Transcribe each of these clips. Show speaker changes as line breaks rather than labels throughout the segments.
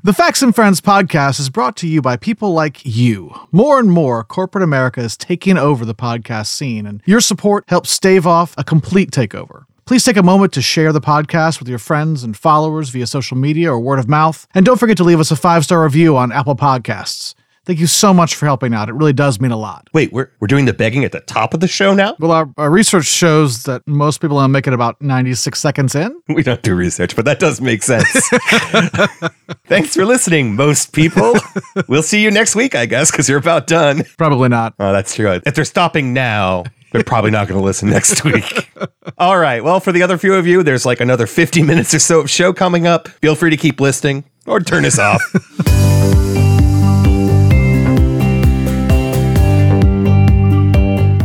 The Facts and Friends podcast is brought to you by people like you. More and more, corporate America is taking over the podcast scene, and your support helps stave off a complete takeover. Please take a moment to share the podcast with your friends and followers via social media or word of mouth. And don't forget to leave us a five star review on Apple Podcasts. Thank you so much for helping out. It really does mean a lot.
Wait, we're, we're doing the begging at the top of the show now?
Well, our, our research shows that most people only make it about 96 seconds in.
We don't do research, but that does make sense. Thanks for listening, most people. we'll see you next week, I guess, because you're about done.
Probably not.
Oh, that's true. If they're stopping now, they're probably not going to listen next week. All right. Well, for the other few of you, there's like another 50 minutes or so of show coming up. Feel free to keep listening or turn us off.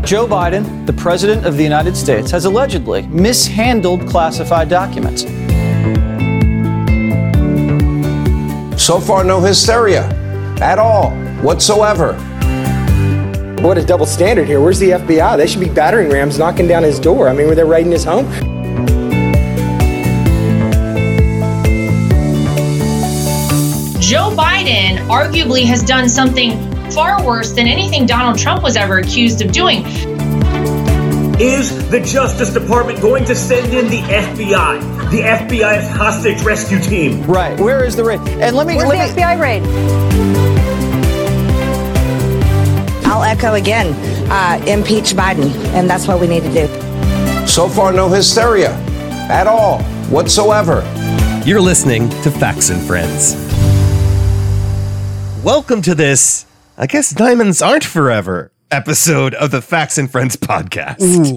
Joe Biden, the President of the United States, has allegedly mishandled classified documents.
So far, no hysteria at all, whatsoever.
What a double standard here. Where's the FBI? They should be battering rams knocking down his door. I mean, were they raiding his home?
Joe Biden arguably has done something far worse than anything Donald Trump was ever accused of doing.
Is the Justice Department going to send in the FBI? The FBI's hostage rescue team.
Right. Where is the raid? And let me
Where's
let
the
me,
FBI raid?
I'll echo again uh, impeach Biden, and that's what we need to do.
So far, no hysteria at all, whatsoever.
You're listening to Facts and Friends. Welcome to this, I guess diamonds aren't forever episode of the Facts and Friends podcast.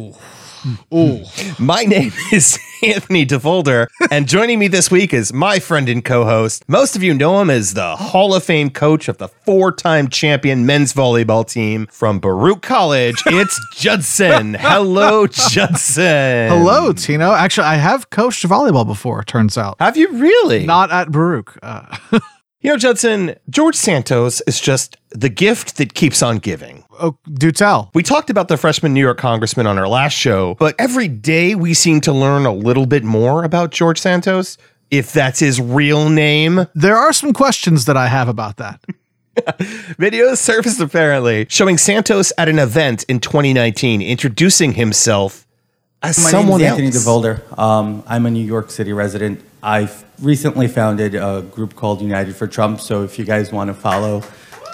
My name is Anthony DeVolder, and joining me this week is my friend and co host. Most of you know him as the Hall of Fame coach of the four time champion men's volleyball team from Baruch College. It's Judson. Hello, Judson.
Hello, Tino. Actually, I have coached volleyball before, it turns out.
Have you really?
Not at Baruch. Uh,
You know, Judson, George Santos is just the gift that keeps on giving.
oh, do tell.
We talked about the freshman New York congressman on our last show, but every day we seem to learn a little bit more about George Santos, if that's his real name.
There are some questions that I have about that.
Videos surfaced apparently showing Santos at an event in 2019 introducing himself as
My
someone
name is Anthony
else.
DeVolder. Um, I'm a New York City resident. I've recently founded a group called United for Trump. So if you guys want to follow,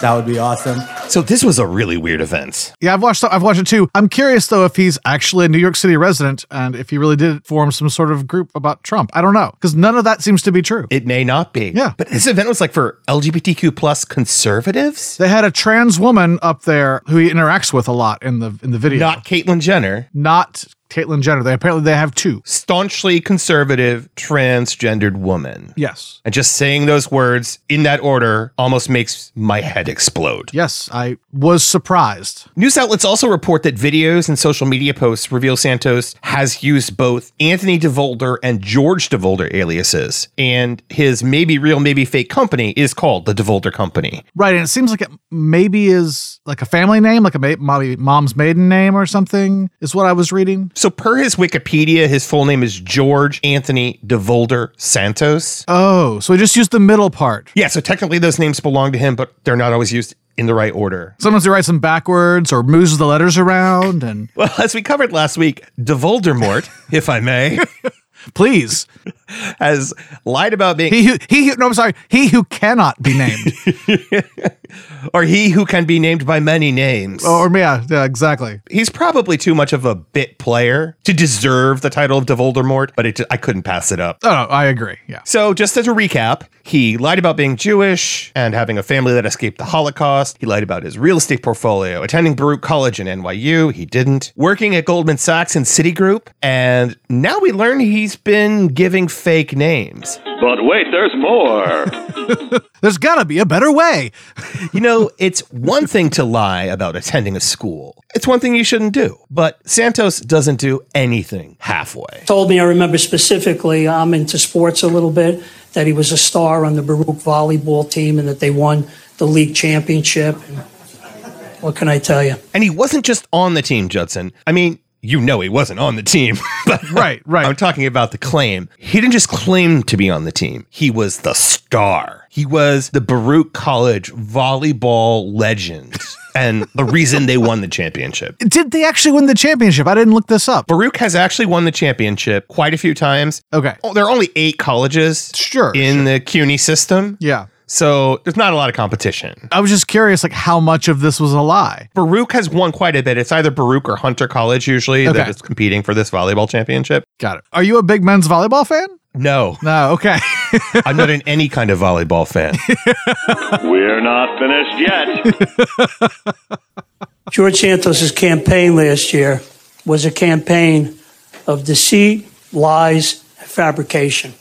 that would be awesome.
So this was a really weird event.
Yeah, I've watched. I've watched it too. I'm curious though if he's actually a New York City resident and if he really did form some sort of group about Trump. I don't know because none of that seems to be true.
It may not be.
Yeah.
But this event was like for LGBTQ plus conservatives?
they had a trans woman up there who he interacts with a lot in the in the video.
Not Caitlyn Jenner.
not Caitlyn Jenner. They apparently they have two.
Staunchly conservative transgendered woman.
Yes.
And just saying those words in that order almost makes my head explode.
Yes, I was surprised.
News outlets also report that videos and social media posts reveal Santos has used both Anthony DeVolder and George DeVolder aliases, and his maybe real, maybe fake company is called the DeVolder Company.
Right, and it seems like it maybe is like a family name, like a ma- mommy, mom's maiden name or something, is what I was reading.
So, per his Wikipedia, his full name is George Anthony DeVolder Santos.
Oh, so he just used the middle part.
Yeah, so technically those names belong to him, but they're not always used in the right order.
Sometimes he writes them backwards or moves the letters around, and
Well, as we covered last week, DeVoldermort, if I may,
please,
has lied about being
he who he who- no, I'm sorry, he who cannot be named,
or he who can be named by many names.
or yeah, yeah, exactly.
he's probably too much of a bit player to deserve the title of DeVoldermort, but it, I couldn't pass it up.
Oh, no, I agree. Yeah,
So, just as a recap, he lied about being Jewish and having a family that escaped the Holocaust. He lied about his real estate portfolio, attending Baruch College and NYU. He didn't. Working at Goldman Sachs and Citigroup. And now we learn he's been giving fake names.
But wait, there's more.
there's gotta be a better way.
You know, it's one thing to lie about attending a school, it's one thing you shouldn't do. But Santos doesn't do anything halfway.
told me, I remember specifically, I'm into sports a little bit, that he was a star on the Baruch volleyball team and that they won the league championship. What can I tell you?
And he wasn't just on the team, Judson. I mean, you know he wasn't on the team. but
Right, right.
I'm talking about the claim. He didn't just claim to be on the team. He was the star. He was the Baruch College volleyball legend and the reason they won the championship.
Did they actually win the championship? I didn't look this up.
Baruch has actually won the championship quite a few times.
Okay.
Oh, there are only eight colleges
sure,
in the CUNY system.
Yeah.
So there's not a lot of competition.
I was just curious, like how much of this was a lie.
Baruch has won quite a bit. It's either Baruch or Hunter College usually
Okay.
that is competing for this volleyball championship.
Got it. Are you a big men's volleyball fan?
No,
No. Okay.
I'm not in any kind of volleyball fan.
We're not finished yet.
George Santos' campaign last year was a campaign of deceit, lies, and fabrication.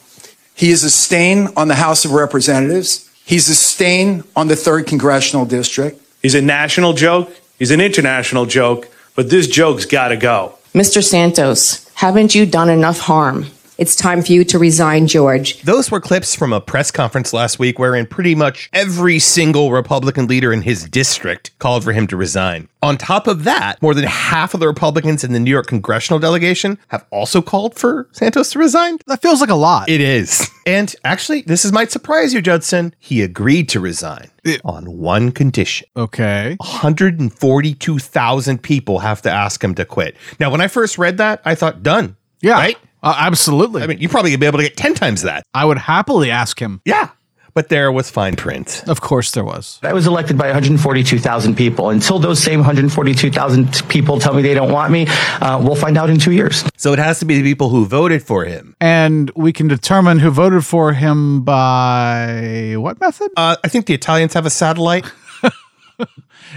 He is a stain on the House of Representatives. He's a stain on the 3rd Congressional District.
He's a national joke, he's an international joke, but this joke's got to go.
Mr. Santos, haven't you done enough harm? It's time for you to resign, George.
Those were clips from a press conference last week wherein pretty much every single Republican leader in his district called for him to resign. On top of that, more than half of the Republicans in the New York congressional delegation have also called for Santos to resign.
That feels like a lot.
It is. And actually, this is might surprise you, Judson. He agreed to resign on one condition.
Okay.
142,000 people have to ask him to quit. Now, when I first read that, I thought, done.
Yeah. Uh,
Right?
absolutely.
I mean, you probably could be able to get 10 times that.
I would happily ask him.
Yeah. But there was fine print.
Of course there was.
I was elected by 142,000 people. Until those same 142,000 people tell me they don't want me, uh, we'll find out in two years.
So it has to be the people who voted for him.
And we can determine who voted for him by what method?
Uh, I think the Italians have a satellite.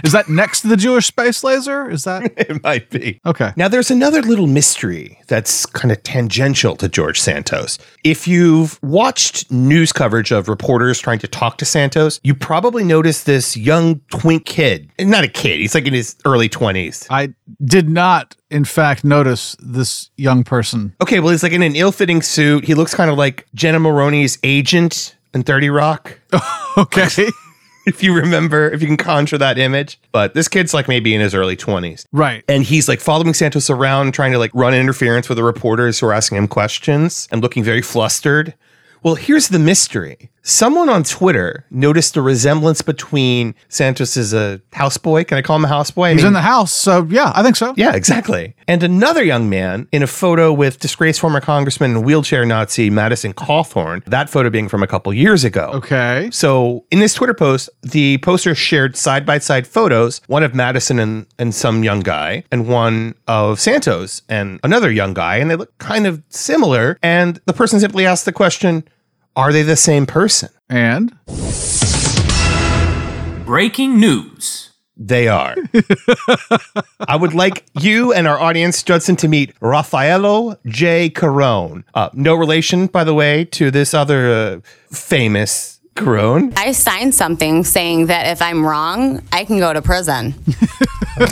Is that next to the Jewish space laser? Is that
It might be.
okay?
Now, there's another little mystery that's kind of tangential to George Santos. If you've watched news coverage of reporters trying to talk to Santos, you probably noticed this young twink kid. Not a kid, he's like in his early 20s.
I did not, in fact, notice this young person.
Okay, well, he's like in an ill fitting suit. He looks kind of like Jenna Maroney's agent in 30 Rock.
okay.
if you remember, if you can conjure that image. But this kid's like maybe in his early 20s.
Right.
And he's like following Santos around, trying to like run interference with the reporters who are asking him questions and looking very flustered. Well, here's the mystery. Someone on Twitter noticed a resemblance between Santos is a houseboy. Can I call him a houseboy? I
He's
mean-
in the house, so yeah, I think so.
yeah, exactly. And another young man in a photo with disgraced former congressman and wheelchair Nazi Madison Cawthorn, that photo being from a couple years ago.
Okay.
So in this Twitter post, the poster shared side by side photos, one of Madison and, and some young guy, and one of Santos and another young guy, and they look kind of similar. And the person simply asked the question, are they the same person?
And
Breaking news.
They are. I would like you and our audience, Judson, to meet Raffaello J. Carone. Uh, no relation, by the way, to this other uh, famous Carone.
I signed something saying that if I'm wrong, I can go to prison.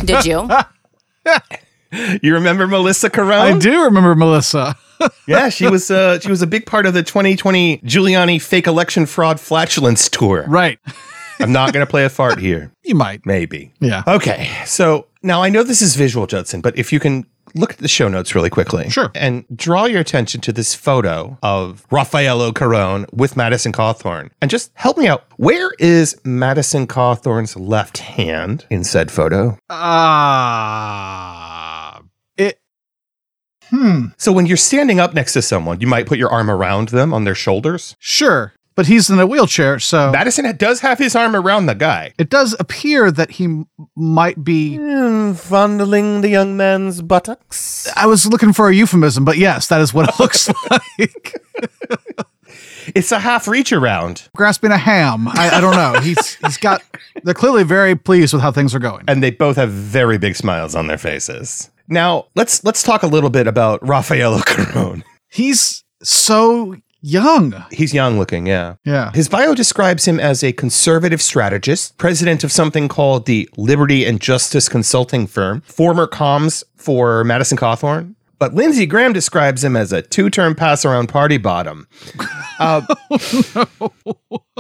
Did you?
You remember Melissa Carone?
I do remember Melissa.
yeah, she was uh, she was a big part of the 2020 Giuliani fake election fraud flatulence tour.
Right.
I'm not going to play a fart here.
You might.
Maybe.
Yeah.
Okay. So now I know this is visual, Judson, but if you can look at the show notes really quickly. Sure. And draw your attention to this photo of Raffaello Carone with Madison Cawthorn. And just help me out. Where is Madison Cawthorn's left hand in said photo?
Ah. it. Hmm.
So when you're standing up next to someone, you might put your arm around them on their shoulders.
Sure. But he's in a wheelchair, so
Madison does have his arm around the guy.
it does appear that he m- might be
fondling the young man's buttocks.
I was looking for a euphemism, but yes, that is what it looks like.
It's a half reach around.
Grasping a ham. I, I don't know. He's he's got. They're clearly very pleased with how things are going.
and they both have very big smiles on their faces. Now let's let's talk a little bit about Raffaello Carone.
He's so young.
He's young looking, yeah.
Yeah.
His bio describes him as a conservative strategist, president of something called the Liberty and Justice Consulting Firm, former comms for Madison Cawthorn. But Lindsey Graham describes him as a two-term pass-around party bottom. Uh,
Oh,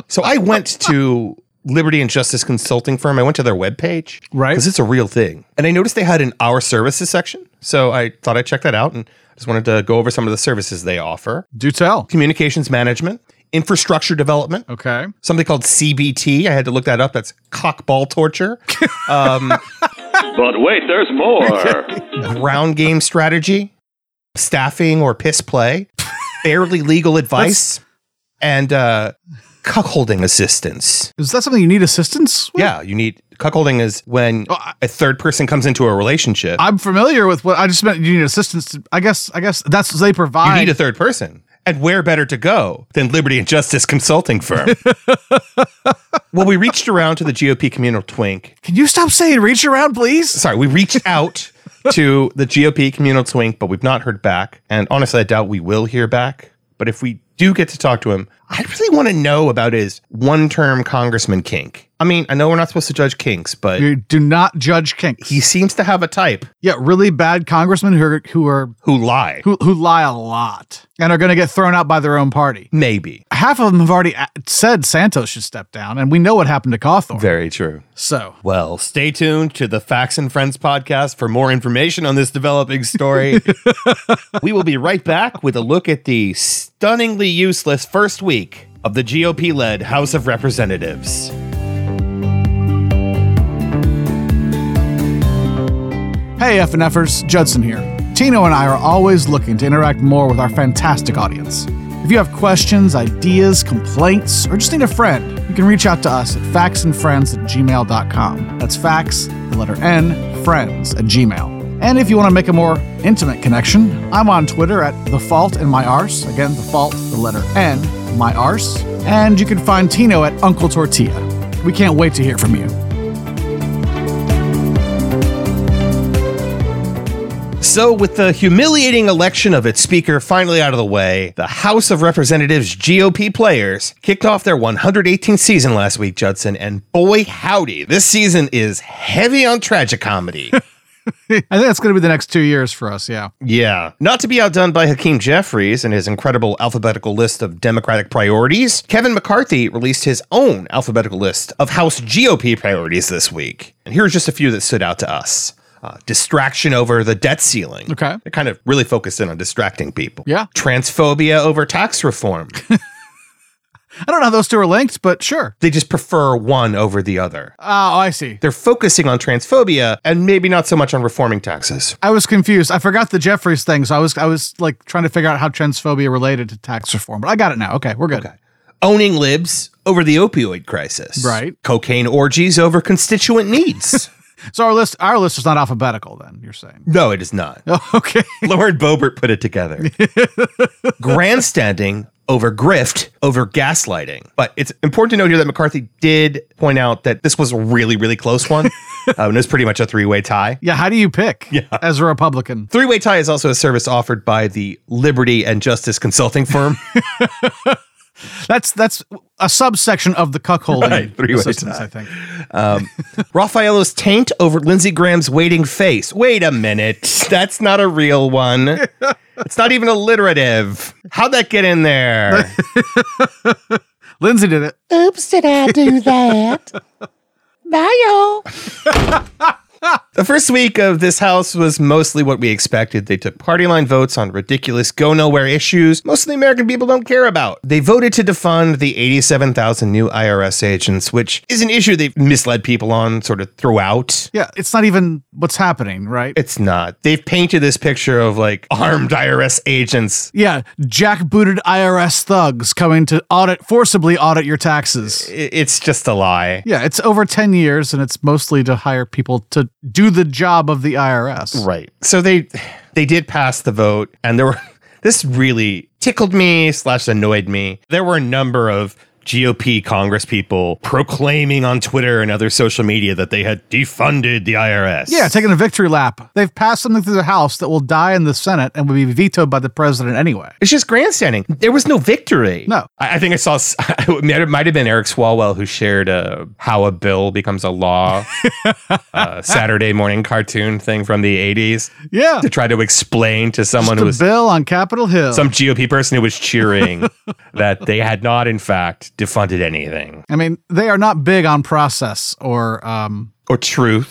So I went to Liberty and Justice Consulting Firm. I went to their webpage.
Right.
Because it's a real thing. And I noticed they had an Our Services section. So I thought I'd check that out and just wanted to go over some of the services they offer
Do tell.
communications management, infrastructure development.
Okay.
Something called CBT. I had to look that up. That's cockball torture. Um,
But wait, there's more.
ground game strategy, staffing or piss play, barely legal advice, and uh, cuckolding assistance.
Is that something you need assistance? With?
Yeah, you need cuckolding is when a third person comes into a relationship.
I'm familiar with what I just meant. You need assistance. To, I guess. I guess that's they
you
provide.
need a third person. And where better to go than Liberty and Justice Consulting Firm? well, we reached around to the GOP communal twink.
Can you stop saying reach around, please?
Sorry, we reached out to the GOP communal twink, but we've not heard back. And honestly, I doubt we will hear back. But if we do get to talk to him, I really want to know about his one term congressman kink. I mean, I know we're not supposed to judge kinks, but
You do not judge kinks.
he seems to have a type
Yeah, really bad congressmen who are, who are
who lie.
who who lie a lot and are going to get thrown out by their own party.
Maybe.
Half of them have already a- said Santos should step down, and we know what happened to Cawthorn.
Very true.
So
Well, stay tuned to the Facts and Friends podcast for more information on this developing story. we will be right back with a look at the stunningly useless first week of the GOP led House of Representatives.
Hey, FNFers, Judson here. Tino and I are always looking to interact more with our fantastic audience. If you have questions, ideas, complaints, or just need a friend, you can reach out to us at factsandfriends at gmail.com. That's facts, the letter N, friends at gmail. And if you want to make a more intimate connection, I'm on Twitter at the fault in my arse. Again, the fault, the letter N, my arse. And you can find Tino at Uncle Tortilla. We can't wait to hear from you.
So, with the humiliating election of its speaker finally out of the way, the House of Representatives GOP players kicked off their 118th season last week, Judson, and boy howdy, this season is heavy on tragicomedy.
I think that's going to be the next two years for us, yeah.
Yeah. Not to be outdone by Hakeem Jeffries and his incredible alphabetical list of Democratic priorities, Kevin McCarthy released his own alphabetical list of House GOP priorities this week. And here's just a few that stood out to us. Uh, distraction over the debt ceiling.
Okay.
It kind of really focused in on distracting people.
Yeah.
Transphobia over tax reform.
I don't know how those two are linked, but sure.
they just prefer one over the other.
Oh, I see.
They're focusing on transphobia and maybe not so much on reforming taxes.
I was confused. I forgot the Jeffries thing, so I was I was like trying to figure out how transphobia related to tax reform. But I got it now. Okay, we're good.
owning libs over the opioid crisis.
Right.
Cocaine orgies over constituent needs.
So our list our list is not alphabetical then, you're saying.
no, it is not.
Oh, okay.
Lord Bobert put it together. Grandstanding over grift over gaslighting. But it's important to note here that McCarthy did point out that this was a really, really close one. um, and it was pretty much a three way tie.
Yeah, how do you pick
Yeah.
as a Republican?
Three way tie is also a service offered by the Liberty and Justice Consulting Firm.
That's that's a subsection of the cuckolding
Right, three-way
assistance,
tie.
I think.
Um, Raphaelo's taint over Lindsey Graham's waiting face. Wait a minute. That's not a real one. It's not even alliterative. How'd that get in there?
Lindsay did it.
Oops, did I do that? Bye, y'all.
the first week of this house was mostly what we expected. They took party line votes on ridiculous go nowhere issues most of the American people don't care about. They voted to defund the 87,000 new IRS agents, which is an issue they've misled people on sort of throughout.
Yeah, it's not even what's happening, right?
It's not. They've painted this picture of like armed IRS agents
yeah, jackbooted IRS thugs coming to audit forcibly audit your taxes.
I- it's just a lie.
Yeah, it's over 10 years and it's mostly to hire people to do the job of the IRS.
Right. So they they did pass the vote and there were this really tickled me slash annoyed me. There were a number of GOP Congress people proclaiming on Twitter and other social media that they had defunded the IRS.
Yeah, taking a victory lap. They've passed something through the House that will die in the Senate and will be vetoed by the president anyway.
It's just grandstanding. There was no victory.
No.
I, I think I saw, s- it might have been Eric Swalwell who shared uh, how a bill becomes a law, uh, Saturday morning cartoon thing from the 80s
Yeah.
to try to explain to someone
Just
who
a
was
bill on Capitol Hill.
some GOP person who was cheering that they had not, in fact, defunded anything.
I mean, they are not big on process or um,
or truth.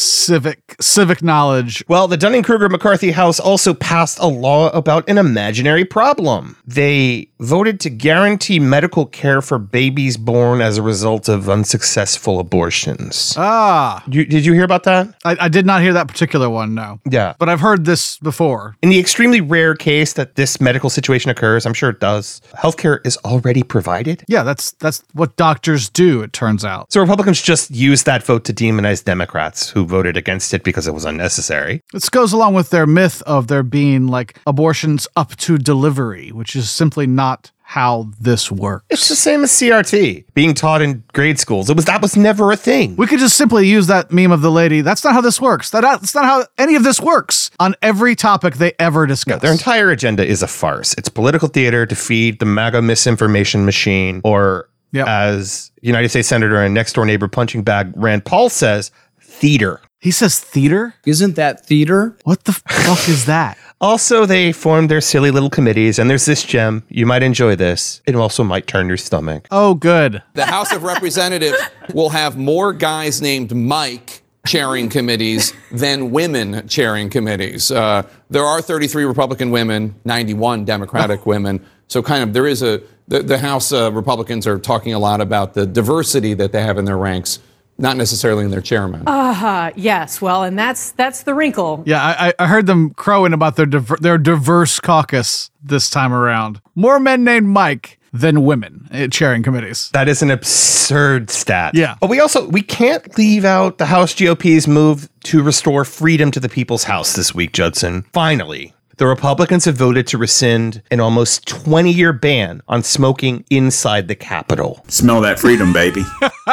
Civic civic knowledge.
Well, the Dunning Kruger McCarthy House also passed a law about an imaginary problem. They voted to guarantee medical care for babies born as a result of unsuccessful abortions.
Ah.
did you hear about that?
I, I did not hear that particular one, no.
Yeah.
But I've heard this before.
In the extremely rare case that this medical situation occurs, I'm sure it does, healthcare is already provided.
Yeah, that's that's what doctors do, it turns out.
So Republicans just used that vote to demonize Democrats who voted against it because it was unnecessary.
This goes along with their myth of there being like abortions up to delivery, which is simply not how this works.
It's the same as CRT being taught in grade schools. It was that was never a thing.
We could just simply use that meme of the lady. That's not how this works. That, that's not how any of this works on every topic they ever discuss.
Their entire agenda is a farce. It's political theater to feed the MAGA misinformation machine, or
Yep.
as United States Senator and next door neighbor punching bag Rand Paul says, theater.
he says theater?
Isn't that theater?
What the fuck is that?
Also, they formed their silly little committees, and there's this gem. You might enjoy this. It also might turn your stomach.
Oh, good.
The House of Representatives will have more guys named Mike chairing committees than women chairing committees. Uh, there are 33 Republican women, 91 Democratic women. So, kind of, there is a the, the House uh, Republicans are talking a lot about the diversity that they have in their ranks, not necessarily in their chairmen.
Uh-huh. Yes. Well, and that's that's the wrinkle.
Yeah, I, I- I heard them crowing about their diver- their diverse caucus this time around. More men named Mike than women at chairing committees.
That is an absurd stat.
Yeah.
But we also we can't leave out the House GOP's move to restore freedom to the people's house this week, Judson. Finally. The Republicans have voted to rescind an almost 20 year ban on smoking inside the Capitol.
Smell that freedom, baby.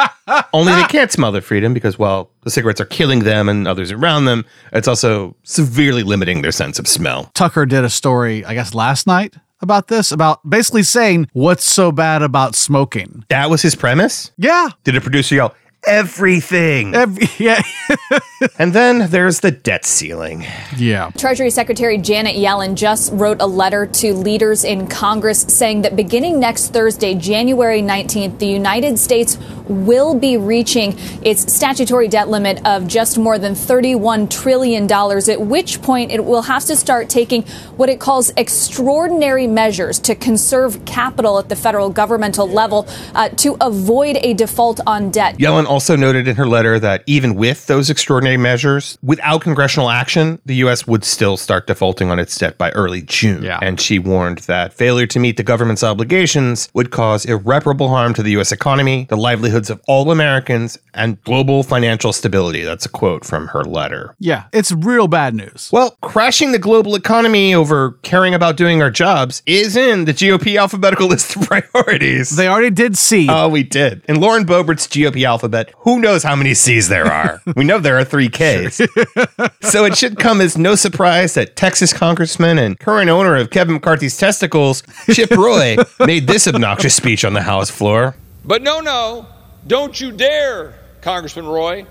Only they can't smell their freedom because, well, the cigarettes are killing them and others around them. It's also severely limiting their sense of smell.
Tucker did a story, I guess, last night about this, about basically saying what's so bad about smoking.
That was his premise?
Yeah,
Did a producer yell, everything?
Every, yeah,
and then there's the debt ceiling.
yeah.
Treasury Secretary Janet Yellen just wrote a letter to leaders in Congress saying that beginning next Thursday, January 19th, the United States will be reaching its statutory debt limit of just more than $31 trillion, at which point it will have to start taking what it calls extraordinary measures to conserve capital at the federal governmental level uh, to avoid a default on debt.
Yellen also noted in her letter that even with those extraordinary measures, without congressional action, the U.S. would still start defaulting on its debt by early June. And she warned that failure to meet the government's obligations would cause irreparable harm to the U.S. economy, the livelihoods of all Americans, and global financial stability. That's a quote from her letter.
Yeah, it's real bad news.
Well, crashing the global economy over caring about doing our jobs is in the GOP alphabetical list of priorities.
They already did see.
Oh, we did. In Lauren Boebert's GOP alphabet, who knows how many C's there are? we know there are three Ks. so it should come as no surprise that Texas congressman and current owner of Kevin McCarthy's testicles, Chip Roy, made this obnoxious speech on the House floor.
But no, no, don't you dare, Congressman Roy,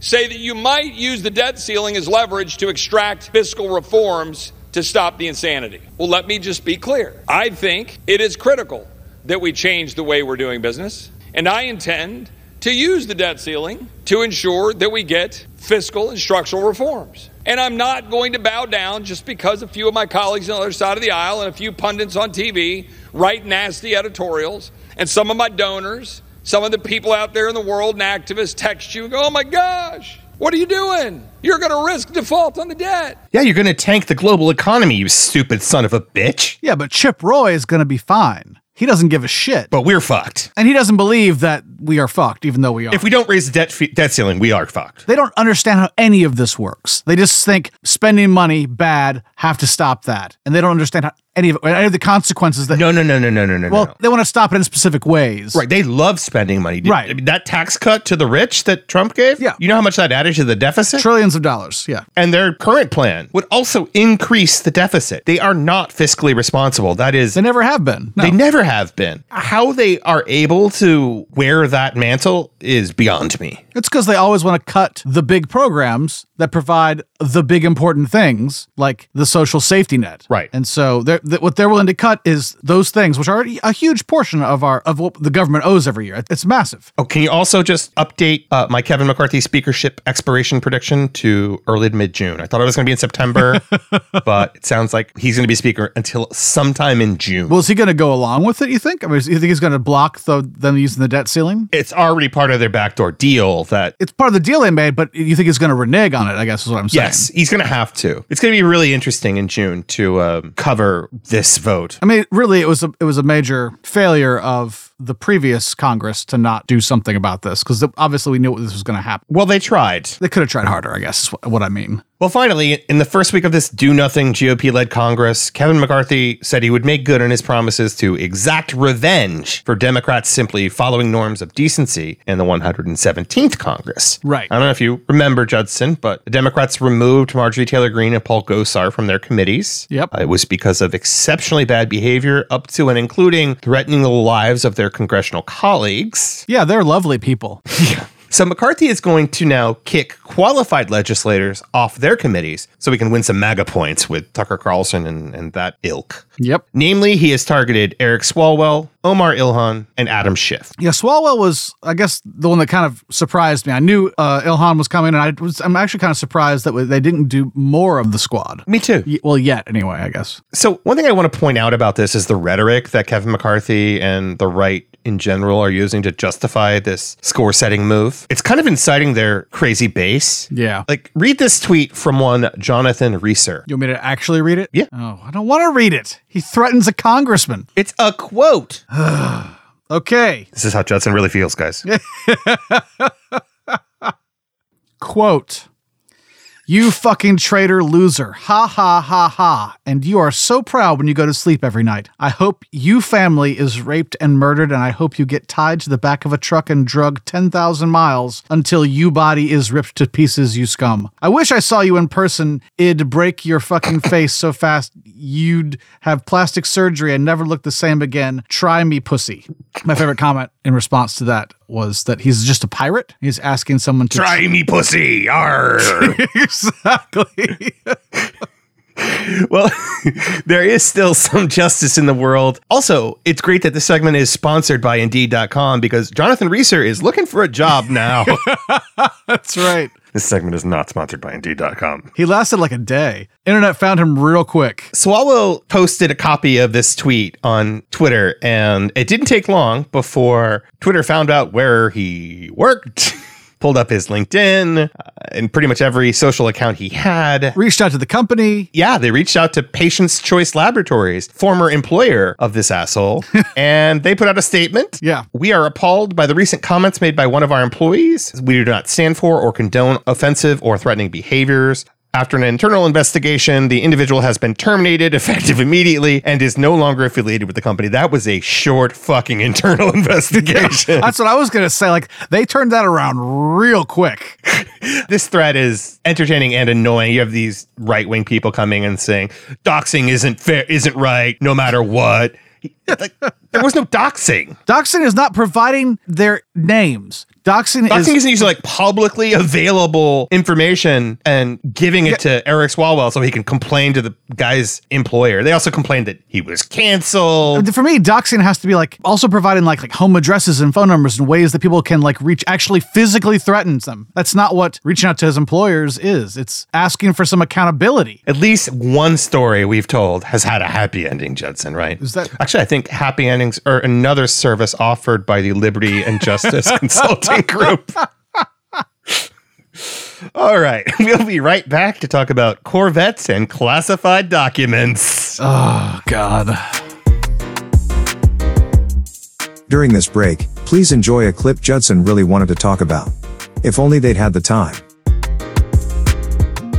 say that you might use the debt ceiling as leverage to extract fiscal reforms to stop the insanity. Well, let me just be clear. I think it is critical that we change the way we're doing business, and I intend to use the debt ceiling to ensure that we get fiscal and structural reforms. And I'm not going to bow down just because a few of my colleagues on the other side of the aisle and a few pundits on TV write nasty editorials, and some of my donors, some of the people out there in the world and activists text you and go, oh my gosh, what are you doing? You're going to risk default on the debt.
Yeah, you're going to tank the global economy, you stupid son of a bitch.
Yeah, but Chip Roy is going to be fine. He doesn't give a shit.
But we're fucked.
And he doesn't believe that we are fucked, even though we are.
If we don't raise the debt, fe- debt ceiling, we are fucked.
They don't understand how any of this works. They just think spending money bad, have to stop that, and they don't understand how any of it, any of the consequences that.
No, no, no, no, no, no, no.
well,
no.
they want to stop it in specific ways.
Right, they love spending money. Did-
Right.
I mean, that tax cut to the rich that Trump gave.
Yeah.
you know how much that added to the deficit.
Trillions of dollars. Yeah.
and their current plan would also increase the deficit. They are not fiscally responsible. That is,
They never have been. No.
they never have been. How they are able to wear that mantle is beyond me.
It's because they always want to cut the big programs that provide the big important things, like the social safety net. Right. And so they're, th- what they're willing to cut is those things, which are a huge portion of our of what the government owes every year. It's massive.
Oh, can you also just update uh, my Kevin McCarthy speakership expiration prediction to early to mid June? I thought it was going to be in September, but it sounds like he's going to be speaker until sometime in June.
Well, is he going to go along with it? You think? I mean, is- you think he's going to block the, them using the debt ceiling?
It's already part of their backdoor deal that
It's part of the deal they made, but you think he's going to renege on it? I guess is what I'm saying.
yes, he's going to have to. It's going to be really interesting in June to um, cover this vote.
I mean, really, it was a, it was a major failure of the previous Congress to not do something about this because obviously we knew this was going to happen.
Well, they tried.
They could have tried harder, I guess. Is what, what I mean.
Well, finally, in the first week of this do nothing GOP led Congress, Kevin McCarthy said he would make good on his promises to exact revenge for Democrats simply following norms of decency in the 117th Congress.
Right.
I don't know if you remember, Judson, but the Democrats removed Marjorie Taylor Greene and Paul Gosar from their committees.
Yep.
Uh, It was because of exceptionally bad behavior, up to and including threatening the lives of their congressional colleagues.
Yeah, they're lovely people.
So McCarthy is going to now kick qualified legislators off their committees so we can win some MAGA points with Tucker Carlson and, and that ilk.
Yep.
Namely, he has targeted Eric Swalwell, Omar Ilhan, and Adam Schiff.
Yeah, Swalwell was, I guess, the one that kind of surprised me. I knew uh, Ilhan was coming, and I was, I'm actually kind of surprised that they didn't do more of the squad.
Me too.
well, yet anyway, I guess.
So one thing I want to point out about this is the rhetoric that Kevin McCarthy and the right in general are using to justify this score setting move. It's kind of inciting their crazy base.
Yeah.
Like read this tweet from one Jonathan Reeser.
You want me to actually read it?
Yeah.
Oh, I don't want to read it. He threatens a congressman.
It's a quote.
okay.
This is how Judson really feels, guys.
Quote You fucking traitor loser. Ha ha ha ha. And you are so proud when you go to sleep every night. I hope you family is raped and murdered, and I hope you get tied to the back of a truck and drugged 10,000 miles until you body is ripped to pieces, you scum. I wish I saw you in person. It'd break your fucking face so fast you'd have plastic surgery and never look the same again. Try me, pussy. My favorite comment in response to that was that he's just a pirate. He's asking someone to
Try me, pussy. Arr.
exactly.
well, there is still some justice in the world. Also, it's great that this segment is sponsored by Indeed.com because Jonathan Reeser is looking for a job now.
That's right.
this segment is not sponsored by Indeed.com.
He lasted like a day. Internet found him real quick.
Swallow posted a copy of this tweet on Twitter, and it didn't take long before Twitter found out where he worked. Pulled up his LinkedIn uh, and pretty much every social account he had.
Reached out to the company.
Yeah, they reached out to Patients Choice Laboratories, former employer of this asshole, and they put out a statement.
Yeah.
We are appalled by the recent comments made by one of our employees. We do not stand for or condone offensive or threatening behaviors. After an internal investigation, the individual has been terminated effective immediately and is no longer affiliated with the company. That was a short fucking internal investigation.
That's what I was going to say. Like, they turned that around real quick.
this thread is entertaining and annoying. You have these right wing people coming and saying doxing isn't fair, isn't right, no matter what. Like, there was no doxing.
Doxing is not providing their names. Doxing,
Doxing
is.
isn't usually like publicly available information and giving it to Eric Swalwell so he can complain to the guy's employer. They also complained that he was canceled.
for me, doxing has to be like also providing like like home addresses and phone numbers and ways that people can like reach actually physically threatens them. That's not what reaching out to his employers is. It's asking for some accountability.
At least one story we've told has had a happy ending, Judson, right?
Is that-
actually I think happy endings are another service offered by the Liberty and Justice Consulting Group. All right, we'll be right back to talk about Corvettes and classified documents.
Oh God.
During this break, please enjoy a clip Judson really wanted to talk about. If only they'd had the time.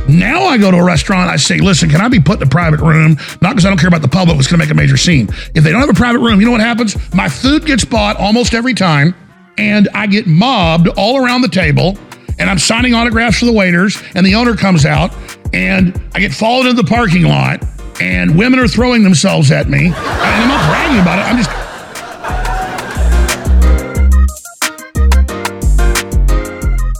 Now I go to a restaurant, I say, listen, can I be put in a private room? Not because I don't care about the public, it's going to make a major scene. If they don't have a private room, you know what happens? My food gets bought almost every time, and I get mobbed all around the table, and I'm signing autographs for the waiters, and the owner comes out, and I get followed into the parking lot, and women are throwing themselves at me. And I'm not bragging about it, I'm just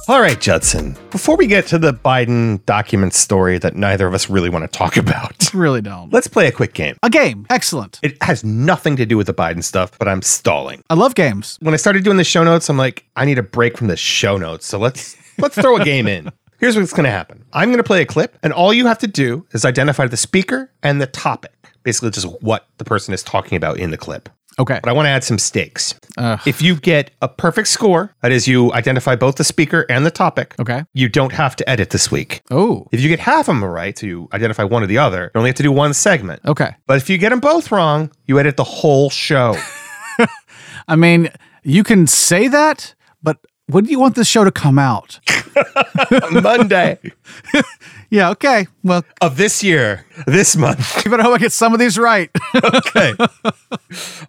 All right, Judson. Before we get to the Biden document story that neither of us really want to talk about,
really don't.
let's play a quick game.
A game. Excellent.
It has nothing to do with the Biden stuff, but I'm stalling.
I love games.
When I started doing the show notes, I'm like, I need a break from the show notes. So let's let's throw a game in. Here's what's going to happen. I'm going to play a clip, and all you have to do is identify the speaker and the topic. Basically, just what the person is talking about in the clip.
Okay.
But I want to add some stakes. If you get a perfect score, that is, you identify both the speaker and the topic.
Okay.
You don't have to edit this week.
Oh.
If you get half of them right, so you identify one or the other, you only have to do one segment.
Okay.
But if you get them both wrong, you edit the whole show.
I mean, you can say that, but when do you want this show to come out?
Monday.
yeah, okay. Well,
of this year, this month.
you better hope I get some of these right.
okay.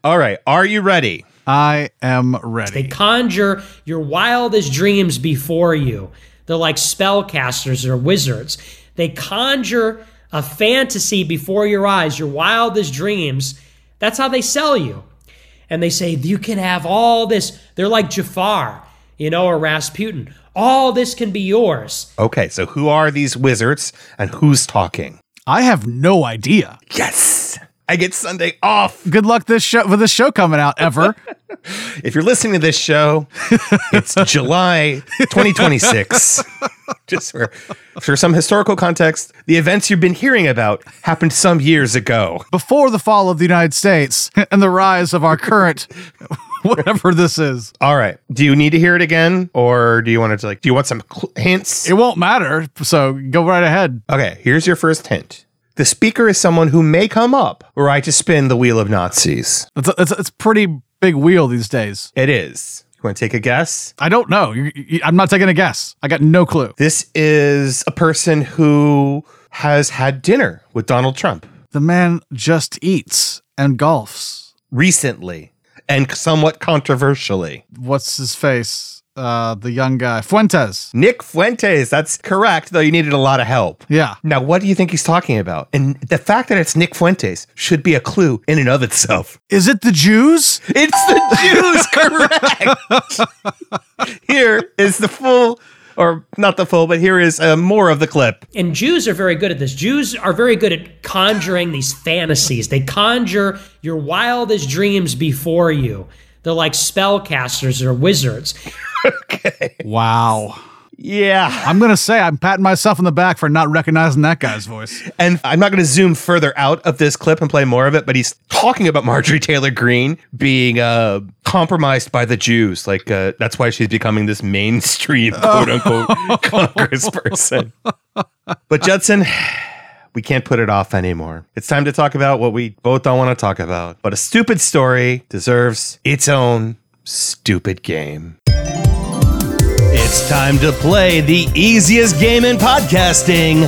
All right. Are you ready?
I am ready.
They conjure your wildest dreams before you. They're like spellcasters or wizards. They conjure a fantasy before your eyes, your wildest dreams. That's how they sell you. And they say, you can have all this. They're like Jafar, you know, or Rasputin. All this can be yours.
Okay. So who are these wizards and who's talking?
I have no idea.
Yes. I get Sunday off.
Good luck this show with this show coming out ever.
If you're listening to this show, it's July 2026. Just for, for some historical context, the events you've been hearing about happened some years ago.
Before the fall of the United States and the rise of our current whatever this is.
All right. Do you need to hear it again or do you want to like do you want some cl- hints?
It won't matter, so go right ahead.
Okay, here's your first hint. The speaker is someone who may come up were I to spin the wheel of Nazis.
It's a, it's a, it's a pretty big wheel these days.
It is. You want to take a guess?
I don't know. You, you, I'm not taking a guess. I got no clue.
This is a person who has had dinner with Donald Trump
The man just eats and golfs.
recently and somewhat controversially.
What's his face? Uh, the young guy, Fuentes.
Nick Fuentes, that's correct, though you needed a lot of help.
Yeah.
Now, what do you think he's talking about? And the fact that it's Nick Fuentes should be a clue in and of itself.
Is it the Jews?
It's the Jews, correct. here is the full, or not the full, but here is uh, more of the clip.
And Jews are very good at this. Jews are very good at conjuring these fantasies. They conjure your wildest dreams before you. They're like spellcasters or wizards.
Wow.
Yeah.
I'm going to say I'm patting myself on the back for not recognizing that guy's voice.
And I'm not going to zoom further out of this clip and play more of it, but he's talking about Marjorie Taylor Greene being uh, compromised by the Jews. Like, uh, that's why she's becoming this mainstream, quote unquote, congressperson. But Judson, we can't put it off anymore. It's time to talk about what we both don't want to talk about. But a stupid story deserves its own stupid game. It's time to play the easiest game in podcasting.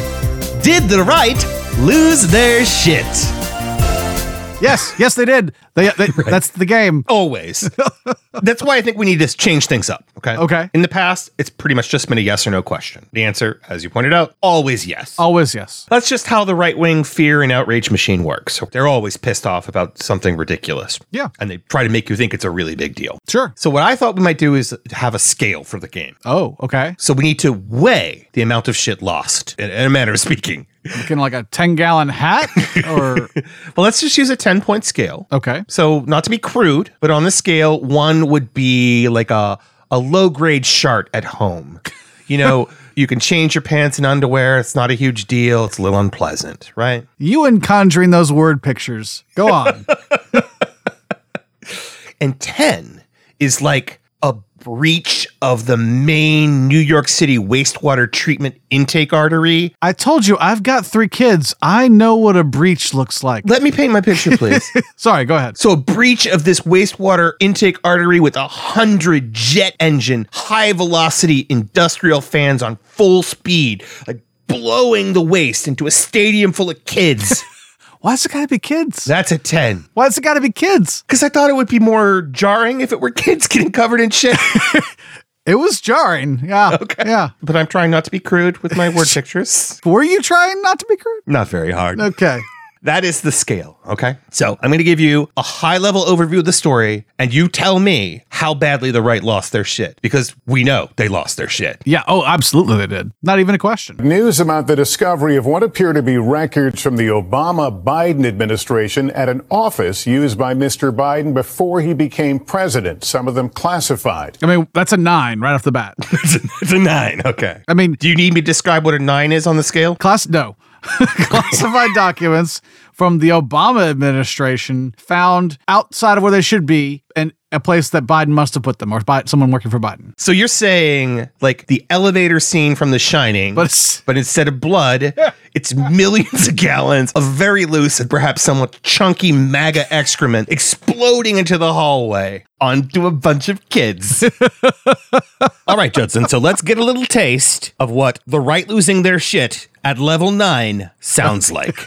Did the right lose their shit?
Yes, yes, they did. They, they That's the game.
Always. That's why I think we need to change things up. Okay.
Okay.
In the past, it's pretty much just been a yes or no question. The answer, as you pointed out, always yes.
Always yes.
That's just how the right wing fear and outrage machine works. They're always pissed off about something ridiculous.
Yeah.
And they try to make you think it's a really big deal.
Sure.
So, what I thought we might do is have a scale for the game.
Oh, okay.
So, we need to weigh the amount of shit lost, in, in a manner of speaking.
Looking like a 10 gallon hat or.
Well, let's just use a 10 point scale.
Okay.
So, not to be crude, but on the scale, one would be like a, a low grade shart at home. You know, you can change your pants and underwear. It's not a huge deal. It's a little unpleasant, right?
You and conjuring those word pictures. Go on.
And 10 is like a breach of the main New York City wastewater treatment intake artery.
I told you I've got three kids. I know what a breach looks like.
Let me paint my picture, please.
Sorry, go ahead.
So a breach of this wastewater intake artery with a hundred jet engine, high velocity industrial fans on full speed, like blowing the waste into a stadium full of kids.
Why's it gotta be kids?
That's a 10.
Why's it gotta be kids?
Because I thought it would be more jarring if it were kids getting covered in shit.
It was jarring. Yeah. Yeah.
but I'm trying not to be crude with my word pictures.
Were you trying not to be crude?
Not very hard.
Okay.
That is the scale, okay? So I'm going to give you a high level overview of the story, and you tell me how badly the right lost their shit because we know they lost their shit.
Yeah, oh, absolutely they did. Not even a question.
News about the discovery of what appear to be records from the Obama Biden administration at an office used by Mr. Biden before he became president, some of them classified.
I mean, that's a nine right off the bat.
it's, a, it's a nine, okay.
I mean,
do you need me to describe what a nine is on the scale?
Class, no. Classified documents from the Obama administration found outside of where they should be and a place that Biden must have put them or by someone working for Biden.
So you're saying like the elevator scene from The Shining,
But it's-
but instead of blood, it's millions of gallons of very loose and perhaps somewhat chunky MAGA excrement exploding into the hallway onto a bunch of kids. All right, Judson. So let's get a little taste of what the right losing their shit at level nine sounds like.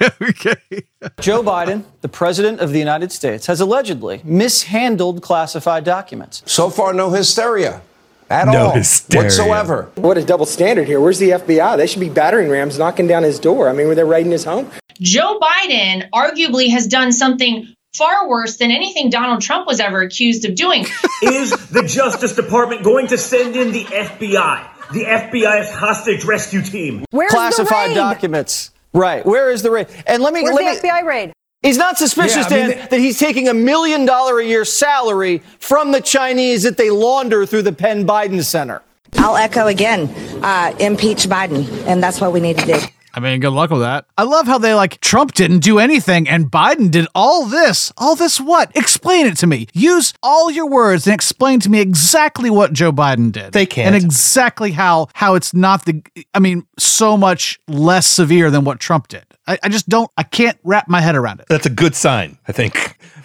Joe Biden, the President of the United States, has allegedly mishandled classified documents.
So far, no hysteria at
No
all
hysteria.
whatsoever.
What a double standard here. Where's the FBI? They should be battering rams knocking down his door. I mean, were they raiding his home?
Joe Biden arguably has done something far worse than anything Donald Trump was ever accused of doing.
Is the Justice Department going to send in the FBI? The FBI's hostage rescue team.
classified
raid?
documents. Right. Where is the raid? And let me
Where's
let
the
me.
FBI raid?
He's not suspicious,
Yeah, I mean,
Dan, that he's taking a million dollar a year salary from the Chinese that they launder through the Penn Biden Center.
I'll echo again, uh, impeach Biden, and that's what we need to do.
I mean, good luck with that. I love how they like Trump didn't do anything and Biden did all this. All this what? Explain it to me. Use all your words and explain to me exactly what Joe Biden did. They
can't.
And exactly how how it's not the I mean, so much less severe than what Trump did. I, I just don't I can't wrap my head around it.
That's a good sign, I think,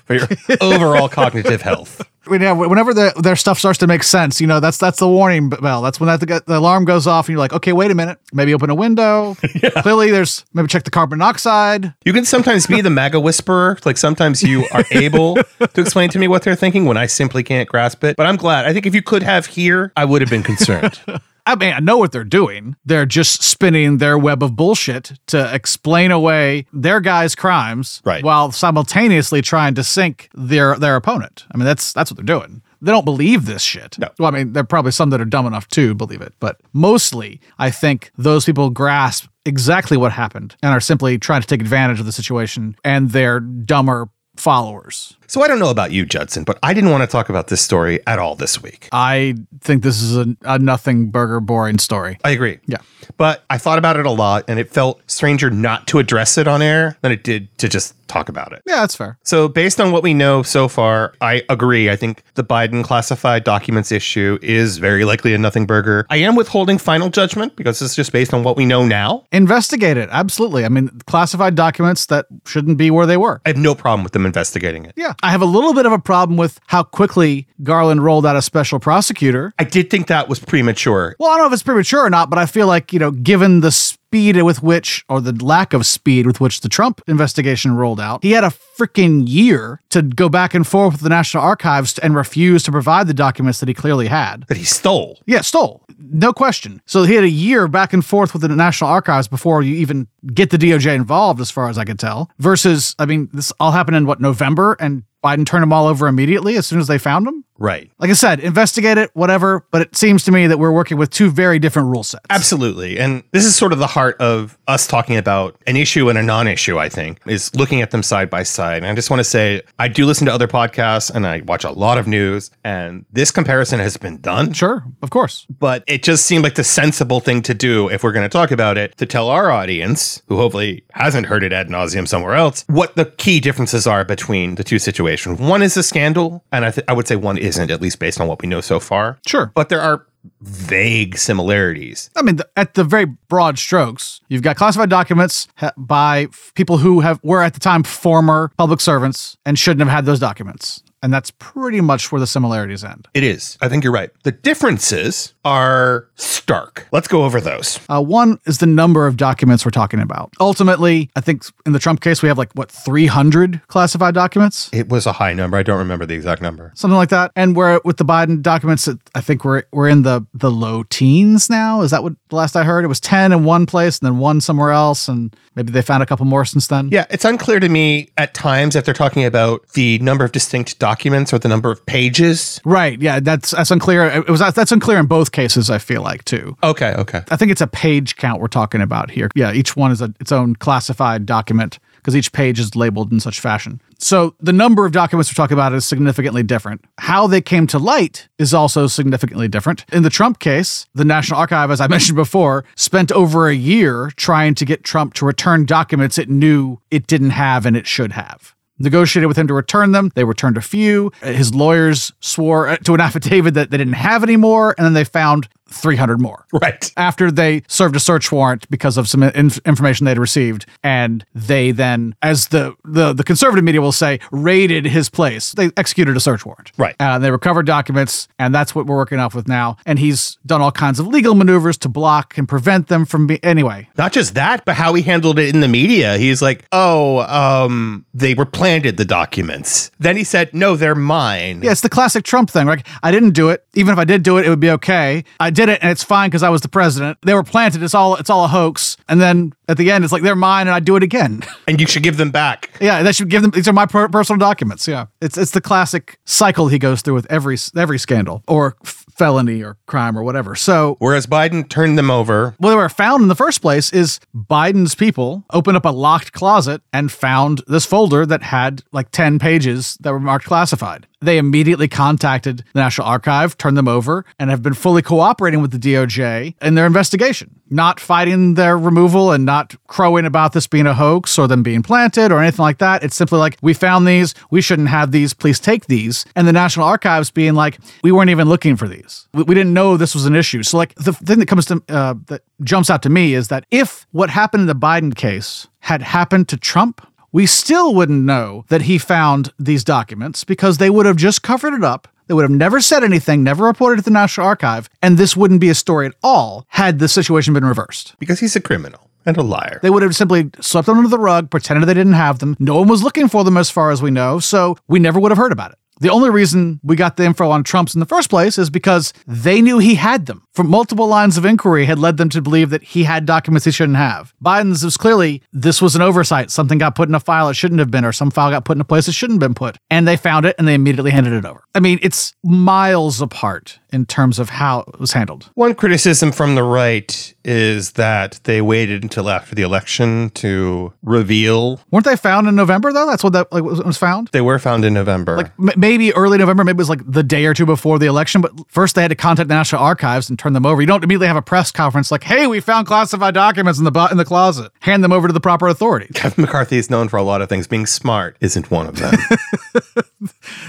for your overall cognitive health.
When- yeah, Whenever the, their stuff starts to make sense, you know that's that's the warning bell. That's when that the, the alarm goes off, and you're like, okay, wait a minute. Maybe open a window. Clearly, there's maybe check the carbon monoxide.
You can sometimes be the MAGA whisperer. Like sometimes you are able to explain to me what they're thinking when I simply can't grasp it. But I'm glad. I think if you could have here, I would have been concerned.
I mean, I know what they're doing. They're just spinning their web of bullshit to explain away their guys' crimes, right. while simultaneously trying to sink their their opponent. I mean, that's that's what they're doing. They don't believe this shit. No. Well, I mean, there are probably some that are dumb enough to believe it, but mostly, I think those people grasp exactly what happened and are simply trying to take advantage of the situation and their dumber followers.
So I don't know about you, Judson, but I didn't want to talk about this story at all this week.
I think this is a, a nothing burger, boring story.
I agree.
Yeah.
But I thought about it a lot and it felt stranger not to address it on air than it did to just talk about it.
Yeah, that's fair.
So, based on what we know so far, I agree. I think the Biden classified documents issue is very likely a nothing burger. I am withholding final judgment because it's just based on what we know now.
Investigate it. Absolutely. I mean, classified documents that shouldn't be where they were.
I have no problem with them investigating it.
Yeah. I have a little bit of a problem with how quickly Garland rolled out a special prosecutor.
I did think that was premature.
Well, I don't know if it's premature or not, but I feel like, you know, given the speed with which, or the lack of speed with which the Trump investigation rolled out, he had a freaking year to go back and forth with the National Archives and refuse to provide the documents that he clearly had.
That he stole.
Yeah, stole. No question. So he had a year back and forth with the National Archives before you even get the DOJ involved, as far as I could tell. Versus, I mean, this all happened in what, November? And Biden turned them all over immediately as soon as they found them?
Right.
Like I said, investigate it, whatever. But it seems to me that we're working with two very different rule sets.
Absolutely. And this is sort of the heart of us talking about an issue and a non issue, I think, is looking at them side by side. And I just want to say, I do listen to other podcasts and I watch a lot of news, and this comparison has been done.
Sure, of course.
But it just seemed like the sensible thing to do if we're going to talk about it to tell our audience, who hopefully hasn't heard it ad nauseum somewhere else, what the key differences are between the two situations. One is a scandal, and I, th- I would say one isn't, at least based on what we know so far.
Sure.
But there are vague similarities.
I mean, th- at the very broad strokes, you've got classified documents ha- by f- people who have were at the time former public servants and shouldn't have had those documents, and that's pretty much where the similarities end.
It is. I think you're right. The differences are stark. Let's go over those.
Uh, one is the number of documents we're talking about. Ultimately, I think in the Trump case, we have like what 300 classified documents,
It was a high number. I don't remember the exact number.
something like that. And we're with the Biden documents, it- I think we're we're in the the low teens now. Is that what the last I heard? It was 10 in one place and then one somewhere else, and Maybe they found a couple more since then.
Yeah, it's unclear to me at times if they're talking about the number of distinct documents or the number of pages.
Right. Yeah, that's that's unclear. It was that's unclear in both cases. I feel like too.
Okay, okay.
I think it's a page count we're talking about here. Yeah, each one is a, its own classified document because each page is labeled in such fashion. So the number of documents we're talking about is significantly different. How they came to light is also significantly different. In the Trump case, the National Archive, as I mentioned before, spent over a year trying to get Trump to return documents it knew it didn't have and it should have. Negotiated with him to return them. They returned a few. His lawyers swore uh, to an affidavit that they didn't have any more, and then they found 300 more.
Right.
After they served a search warrant because of some inf- information they'd received, and they then, as the, the the conservative media will say, raided his place. They executed a search warrant.
Right.
Uh, they recovered documents, and that's what we're working off with now. And he's done all kinds of legal maneuvers to block and prevent them from being. Anyway,
Not just that, but how he handled it in the media. He's like, "Oh, um, they were planted the documents." Then he said, "No, they're mine."
Yeah, it's the classic Trump thing. Like, I didn't do it. Even if I did do it, it would be okay. I did it, and it's fine because I was the president. They were planted. It's all it's all a hoax. And then at the end, it's like they're mine, and I do it again.
And you should give them back.
yeah, that should give them. These are my per- personal documents. Yeah, it's it's the classic cycle he goes through with every every scandal or f- felony or crime or whatever. So
Whereas Biden turned them over.
well, they were found in the first place is Biden's people opened up a locked closet and found this folder that had like 10 pages that were marked classified. They immediately contacted the National Archive, turned them over, and have been fully cooperating with the DOJ in their investigation, not fighting their removal and not crowing about this being a hoax or them being planted or anything like that. It's simply like, we found these, we shouldn't have these, please take these. And the National Archives being like, we weren't even looking for these. We, we didn't know this was an issue. So, like, the thing that comes to uh, that jumps out to me is that if what happened in the Biden case had happened to Trump, we still wouldn't know that he found these documents because they would have just covered it up. They would have never said anything, never reported to the National Archive, and this wouldn't be a story at all had the situation been reversed.
Because he's a criminal and a liar.
They would have simply swept them under the rug, pretended they didn't have them. No one was looking for them as far as we know, so we never would have heard about it. The only reason we got the info on Trump's in the first place is because they knew he had them. From multiple lines of inquiry had led them to believe that he had documents he shouldn't have. Biden's was clearly this was an oversight. Something got put in a file it shouldn't have been, or some file got put in a place it shouldn't have been put. And they found it and they immediately handed it over. I mean, it's miles apart in terms of how it was handled.
One criticism from the right is that they waited until after the election to reveal.
Weren't they found in November though? That's what that like was was found.
They were found in November.
M- maybe early November, maybe it was like the day or two before the election, but first they had to contact the National Archives and turn them over. You don't immediately have a press conference like, "Hey, we found classified documents in the bo- in the closet. Hand them over to the proper authorities."
Kevin McCarthy is known for a lot of things. Being smart isn't one of them.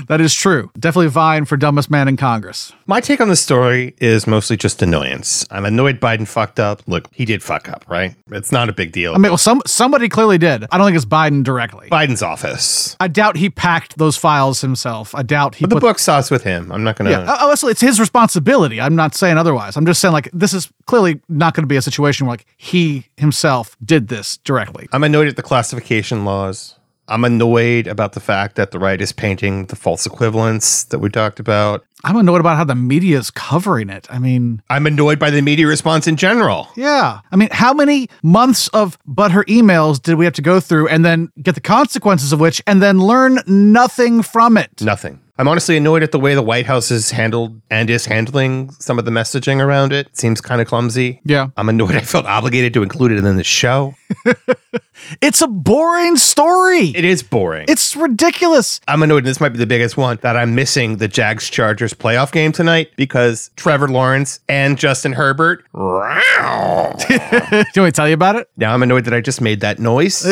that is true. Definitely vying for dumbest man in Congress.
My take on the story is mostly just annoyance. I'm annoyed Biden fucked up. Look, he did fuck up, right? It's not a big deal.
I mean, well, some somebody clearly did. I don't think it's Biden directly.
Biden's office.
I doubt he packed those files himself. I doubt he.
But the
put-
book sauce with him. I'm not going to.
Yeah, uh, also, it's his responsibility. I'm not saying otherwise. I'm just saying like this is clearly not going to be a situation where like he himself did this directly.
I'm annoyed at the classification laws. I'm annoyed about the fact that the right is painting the false equivalence that we talked about.
I'm annoyed about how the media is covering it. I mean,
I'm annoyed by the media response in general.
yeah. I mean, how many months of but her emails did we have to go through and then get the consequences of which and then learn nothing from it?
Nothing. I'm honestly annoyed at the way the White House has handled and is handling some of the messaging around it. Seems kind of clumsy.
Yeah.
I'm annoyed I felt obligated to include it in the show.
It's a boring story.
It is boring.
It's ridiculous.
I'm annoyed, and this might be the biggest one, that I'm missing the Jags Chargers playoff game tonight because Trevor Lawrence and Justin Herbert.
Do you want me to tell you about it?
Now I'm annoyed that I just made that noise.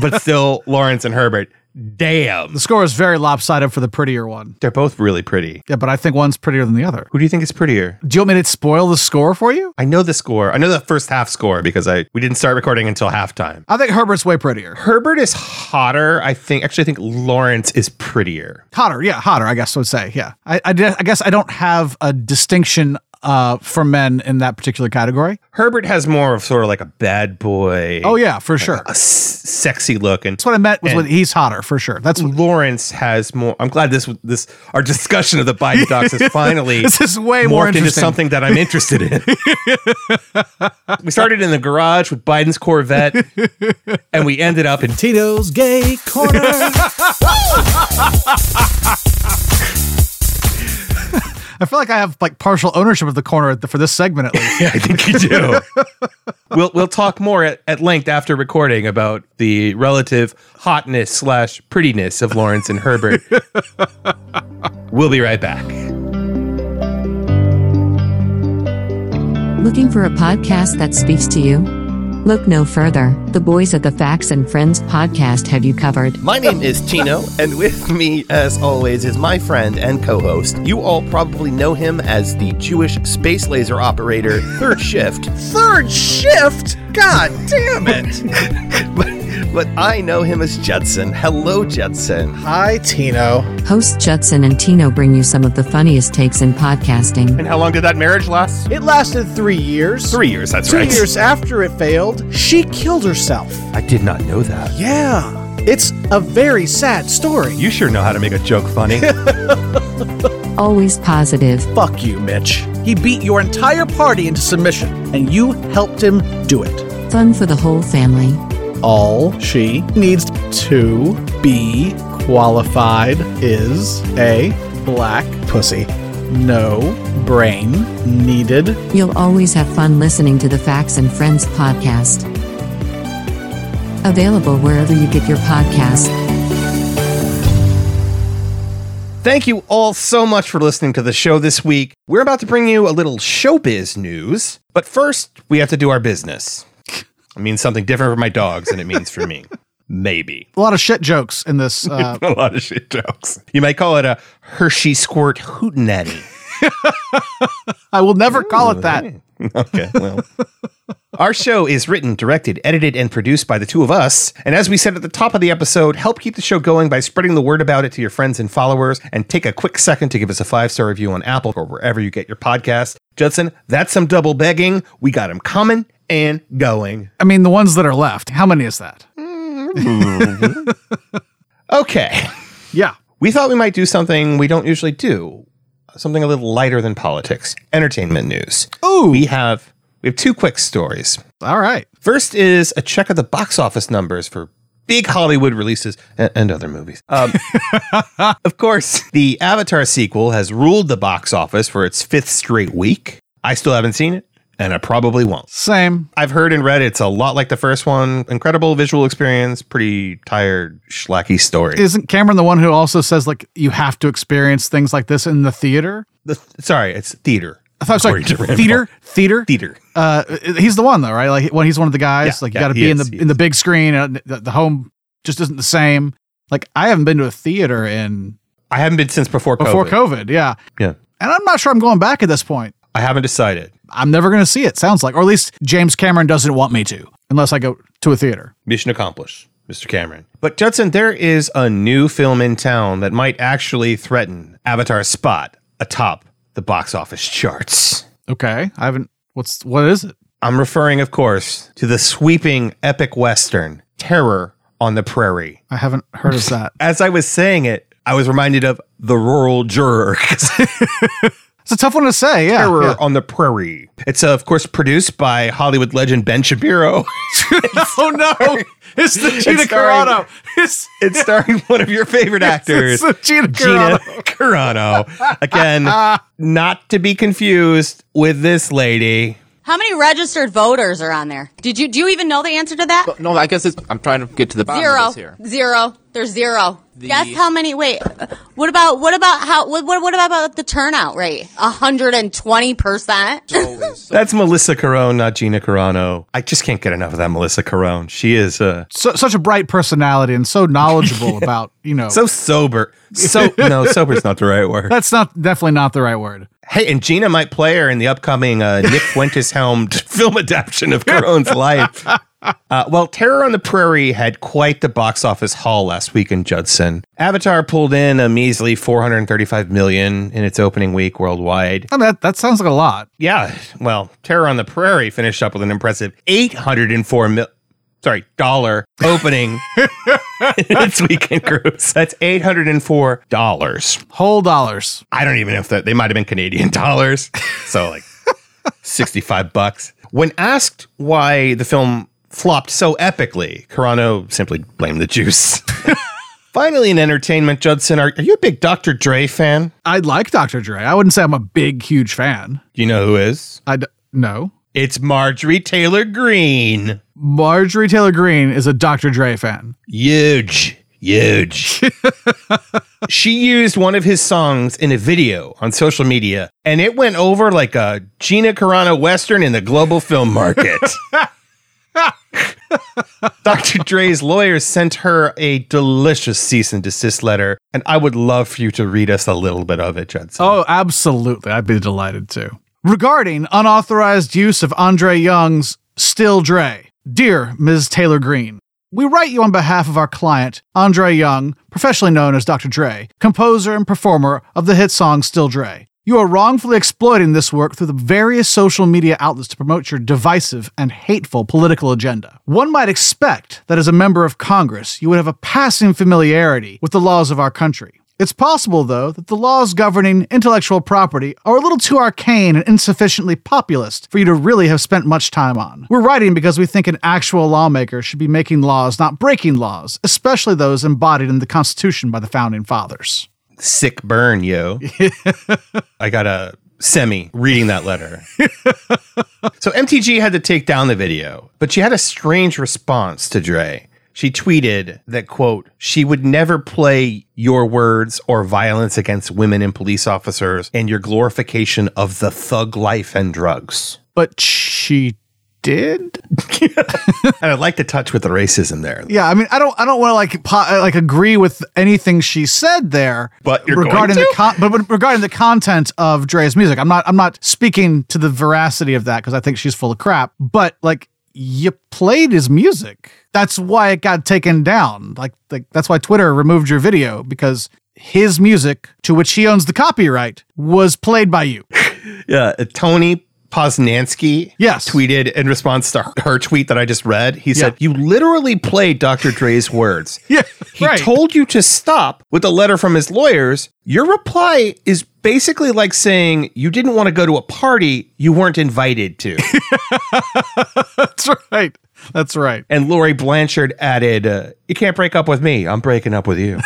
but still, Lawrence and Herbert. Damn.
The score is very lopsided for the prettier one.
They're both really pretty.
Yeah, but I think one's prettier than the other.
Who do you think is prettier?
Do you want me to spoil the score for you?
I know the score. I know the first half score because I we didn't start recording until halftime.
I think Herbert's way prettier.
Herbert is hotter. I think actually I think Lawrence is prettier.
Hotter, yeah, hotter. I guess I would say, yeah. I, I, de- I guess I don't have a distinction uh, for men in that particular category.
Herbert has more of sort of like a bad boy.
Oh yeah, for sure.
A s- sexy look, and
that's what I meant was when he's hotter for sure. That's
Mm-hmm.
Lawrence has more. I'm glad this this our discussion of the Biden docs has finally
This is way more
morphed into
interesting.
something that I'm interested in. we started in the garage with Biden's Corvette, and we ended up in Tito's gay corner.
I feel like I have like partial ownership of the corner at the- for this segment at least.
yeah, I think you do. we'll we'll talk more at, at length after recording about the relative hotness slash prettiness of Lawrence and Herbert. we'll be right back.
Looking for a podcast that speaks to you? Look no further. The boys at the Facts and Friends podcast have you covered.
My name is Tino, and with me, as always, is my friend and co host. You all probably know him as the Jewish space laser operator, Third Shift. Third Shift? God damn it! but, but I know him as Judson. Hello, Judson. Hi, Tino.
Hosts Judson and Tino bring you some of the funniest takes in podcasting.
And how long did that marriage last?
It lasted three years.
Three years, that's
Two
right.
years after it failed, she killed herself.
I did not know that.
Yeah, it's a very sad story.
You sure know how to make a joke funny.
Always positive.
Fuck you, Mitch. He beat your entire party into submission, and you helped him do it.
Fun for the whole family.
All she needs to be qualified is a black pussy. No brain needed.
You'll always have fun listening to the Facts and Friends podcast. Available wherever you get your podcasts.
Thank you all so much for listening to the show this week. We're about to bring you a little showbiz news, but first, we have to do our business. It means something different for my dogs than it means for me. Maybe.
A lot of shit jokes in this. Uh,
a lot of shit jokes. You might call it a Hershey squirt hootenanny.
I will never call it that.
okay, well. Our show is written, directed, edited, and produced by the two of us. And as we said at the top of the episode, help keep the show going by spreading the word about it to your friends and followers. And take a quick second to give us a five star review on Apple or wherever you get your podcast. Judson, that's some double begging. We got them coming and going.
I mean, the ones that are left. How many is that?
okay.
Yeah.
We thought we might do something we don't usually do, something a little lighter than politics, entertainment news.
Ooh.
We have we have two quick stories.
All right.
First is a check of the box office numbers for big Hollywood releases and, and other movies. Um, of course, the Avatar sequel has ruled the box office for its fifth straight week. I still haven't seen it, and I probably won't.
Same.
I've heard and read it's a lot like the first one. Incredible visual experience, pretty tired, schlacky story.
Isn't Cameron the one who also says like you have to experience things like this in the theater?
The sorry, it's theater.
I thought sorry,
According to Randall.
theater, theater,
theater.
Uh, he's the one though, right? Like when he's one of the guys,
Yeah,
like you
yeah,
got to
he
be in
is,
the
he
in the big screen. Uh, the, the home just isn't the same. Like I haven't been to a theater in
I haven't been since before COVID.
before COVID. Yeah,
Yeah.
and I'm not sure I'm going back at this point.
I haven't decided.
I'm never going to see it. Sounds like, or at least James Cameron doesn't want me to, unless I go to a theater.
Mission accomplished, Mr. Cameron. But Judson, there is a new film in town that might actually threaten Avatar's spot atop the box office charts.
Okay, I haven't. What's what is it?
I'm referring, of course, to the sweeping epic western Terror on the Prairie.
I haven't heard of that.
As I was saying it, I was reminded of the rural juror.
It's a tough one to say. Yeah,
Terror
yeah.
on the Prairie. It's, uh, of course, produced by Hollywood legend Ben Shapiro.
oh no! It's the Gina
starring-
Carano. It's
It's starring one of your favorite
It's
actors,
the Gina
Gina
Carano.
Carano. Again, not to be confused with this lady.
How many registered voters are on there? Did you do you even know the answer to that?
No, I guess it's, I'm trying to get to the bottom of
Zero.
this here.
Zero. There's zero.
The-
Guess how many? Wait. What about what about how? What what, what about the turnout rate? hundred and twenty percent.
That's Melissa Carone, not Gina Carano. I just can't get enough of that Melissa Carone. She is uh,
so, such a bright personality and so knowledgeable about you know.
so sober. So no, sober's not the right word.
that's not definitely not the right word.
Hey, and Gina might play her in the upcoming uh, Nick Fuentes helmed film adaptation of Carone's life. Uh, well, Terror on the Prairie had quite the box office haul last week in Judson. Avatar pulled in a measly 435 million in its opening week worldwide.
I mean, that, that sounds like a lot.
Yeah. Well, Terror on the Prairie finished up with an impressive 804 mil. Sorry, dollar opening its weekend gross. That's eight hundred and four dollars,
whole dollars.
I don't even know if that they might have been Canadian dollars, so like sixty-five bucks. When asked why the film flopped so epically, Carano simply blamed the juice. Finally, in entertainment, Judson, are, are you a big Dr. Dre fan?
I like Dr. Dre. I wouldn't say I'm a big, huge fan.
Do you know who is?
I d- no.
It's Marjorie Taylor Green.
Marjorie Taylor Green is a Dr. Dre fan.
Huge. Huge. she used one of his songs in a video on social media, and it went over like a Gina Carano Western in the global film market. Dr. Dre's lawyers sent her a delicious cease and desist letter, and I would love for you to read us a little bit of it, Judson.
Oh, absolutely. I'd be delighted to. Regarding unauthorized use of Andre Young's Still Dre, dear Ms. Taylor Green, we write you on behalf of our client, Andre Young, professionally known as Dr. Dre, composer and performer of the hit song Still Dre. You are wrongfully exploiting this work through the various social media outlets to promote your divisive and hateful political agenda. One might expect that as a member of Congress, you would have a passing familiarity with the laws of our country. It's possible, though, that the laws governing intellectual property are a little too arcane and insufficiently populist for you to really have spent much time on. We're writing because we think an actual lawmaker should be making laws, not breaking laws, especially those embodied in the Constitution by the Founding Fathers
sick burn, yo. I got a semi reading that letter. so MTG had to take down the video, but she had a strange response to Dre. She tweeted that quote, she would never play your words or violence against women and police officers and your glorification of the thug life and drugs.
But she did
and i like to touch with the racism there
yeah i mean i don't i don't want to like po- uh, like agree with anything she said there
But you're
regarding
going
the con- but, but regarding the content of dre's music i'm not i'm not speaking to the veracity of that because i think she's full of crap but like you played his music that's why it got taken down like, like that's why twitter removed your video because his music to which he owns the copyright was played by you
yeah uh, tony Posnanski
yes.
tweeted in response to her tweet that I just read. He said, You literally played Dr. Dre's words.
yeah,
He told you to stop with a letter from his lawyers. Your reply is basically like saying you didn't want to go to a party you weren't invited to.
That's right. That's right.
And Lori Blanchard added, uh, You can't break up with me. I'm breaking up with you.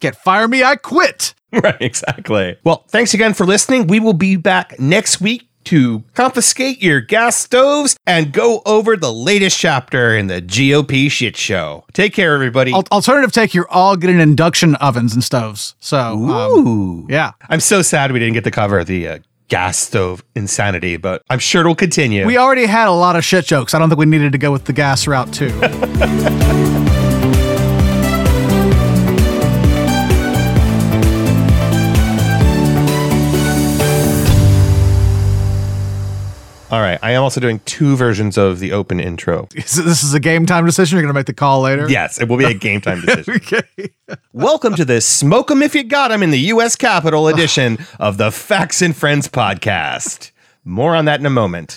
can't fire me. I quit.
Right, exactly. Well, thanks again for listening. We will be back next week to confiscate your gas stoves and go over the latest chapter in the GOP shit show. Take care, everybody.
Al- alternative take, you're all getting induction ovens and stoves. So, um,
Ooh.
yeah.
I'm so sad we didn't get to cover the uh, gas stove insanity, but I'm sure it'll continue.
we already had a lot of shit jokes. I don't think we needed to go with the gas route, too.
All right. I am also doing two versions of the open intro.
So this is a game time decision. You're going to make the call later.
Yes, it will be a game time decision. Welcome to the Smoke 'em If You Got 'em in the U.S. Capitol edition of the Facts and Friends podcast. More on that in a moment.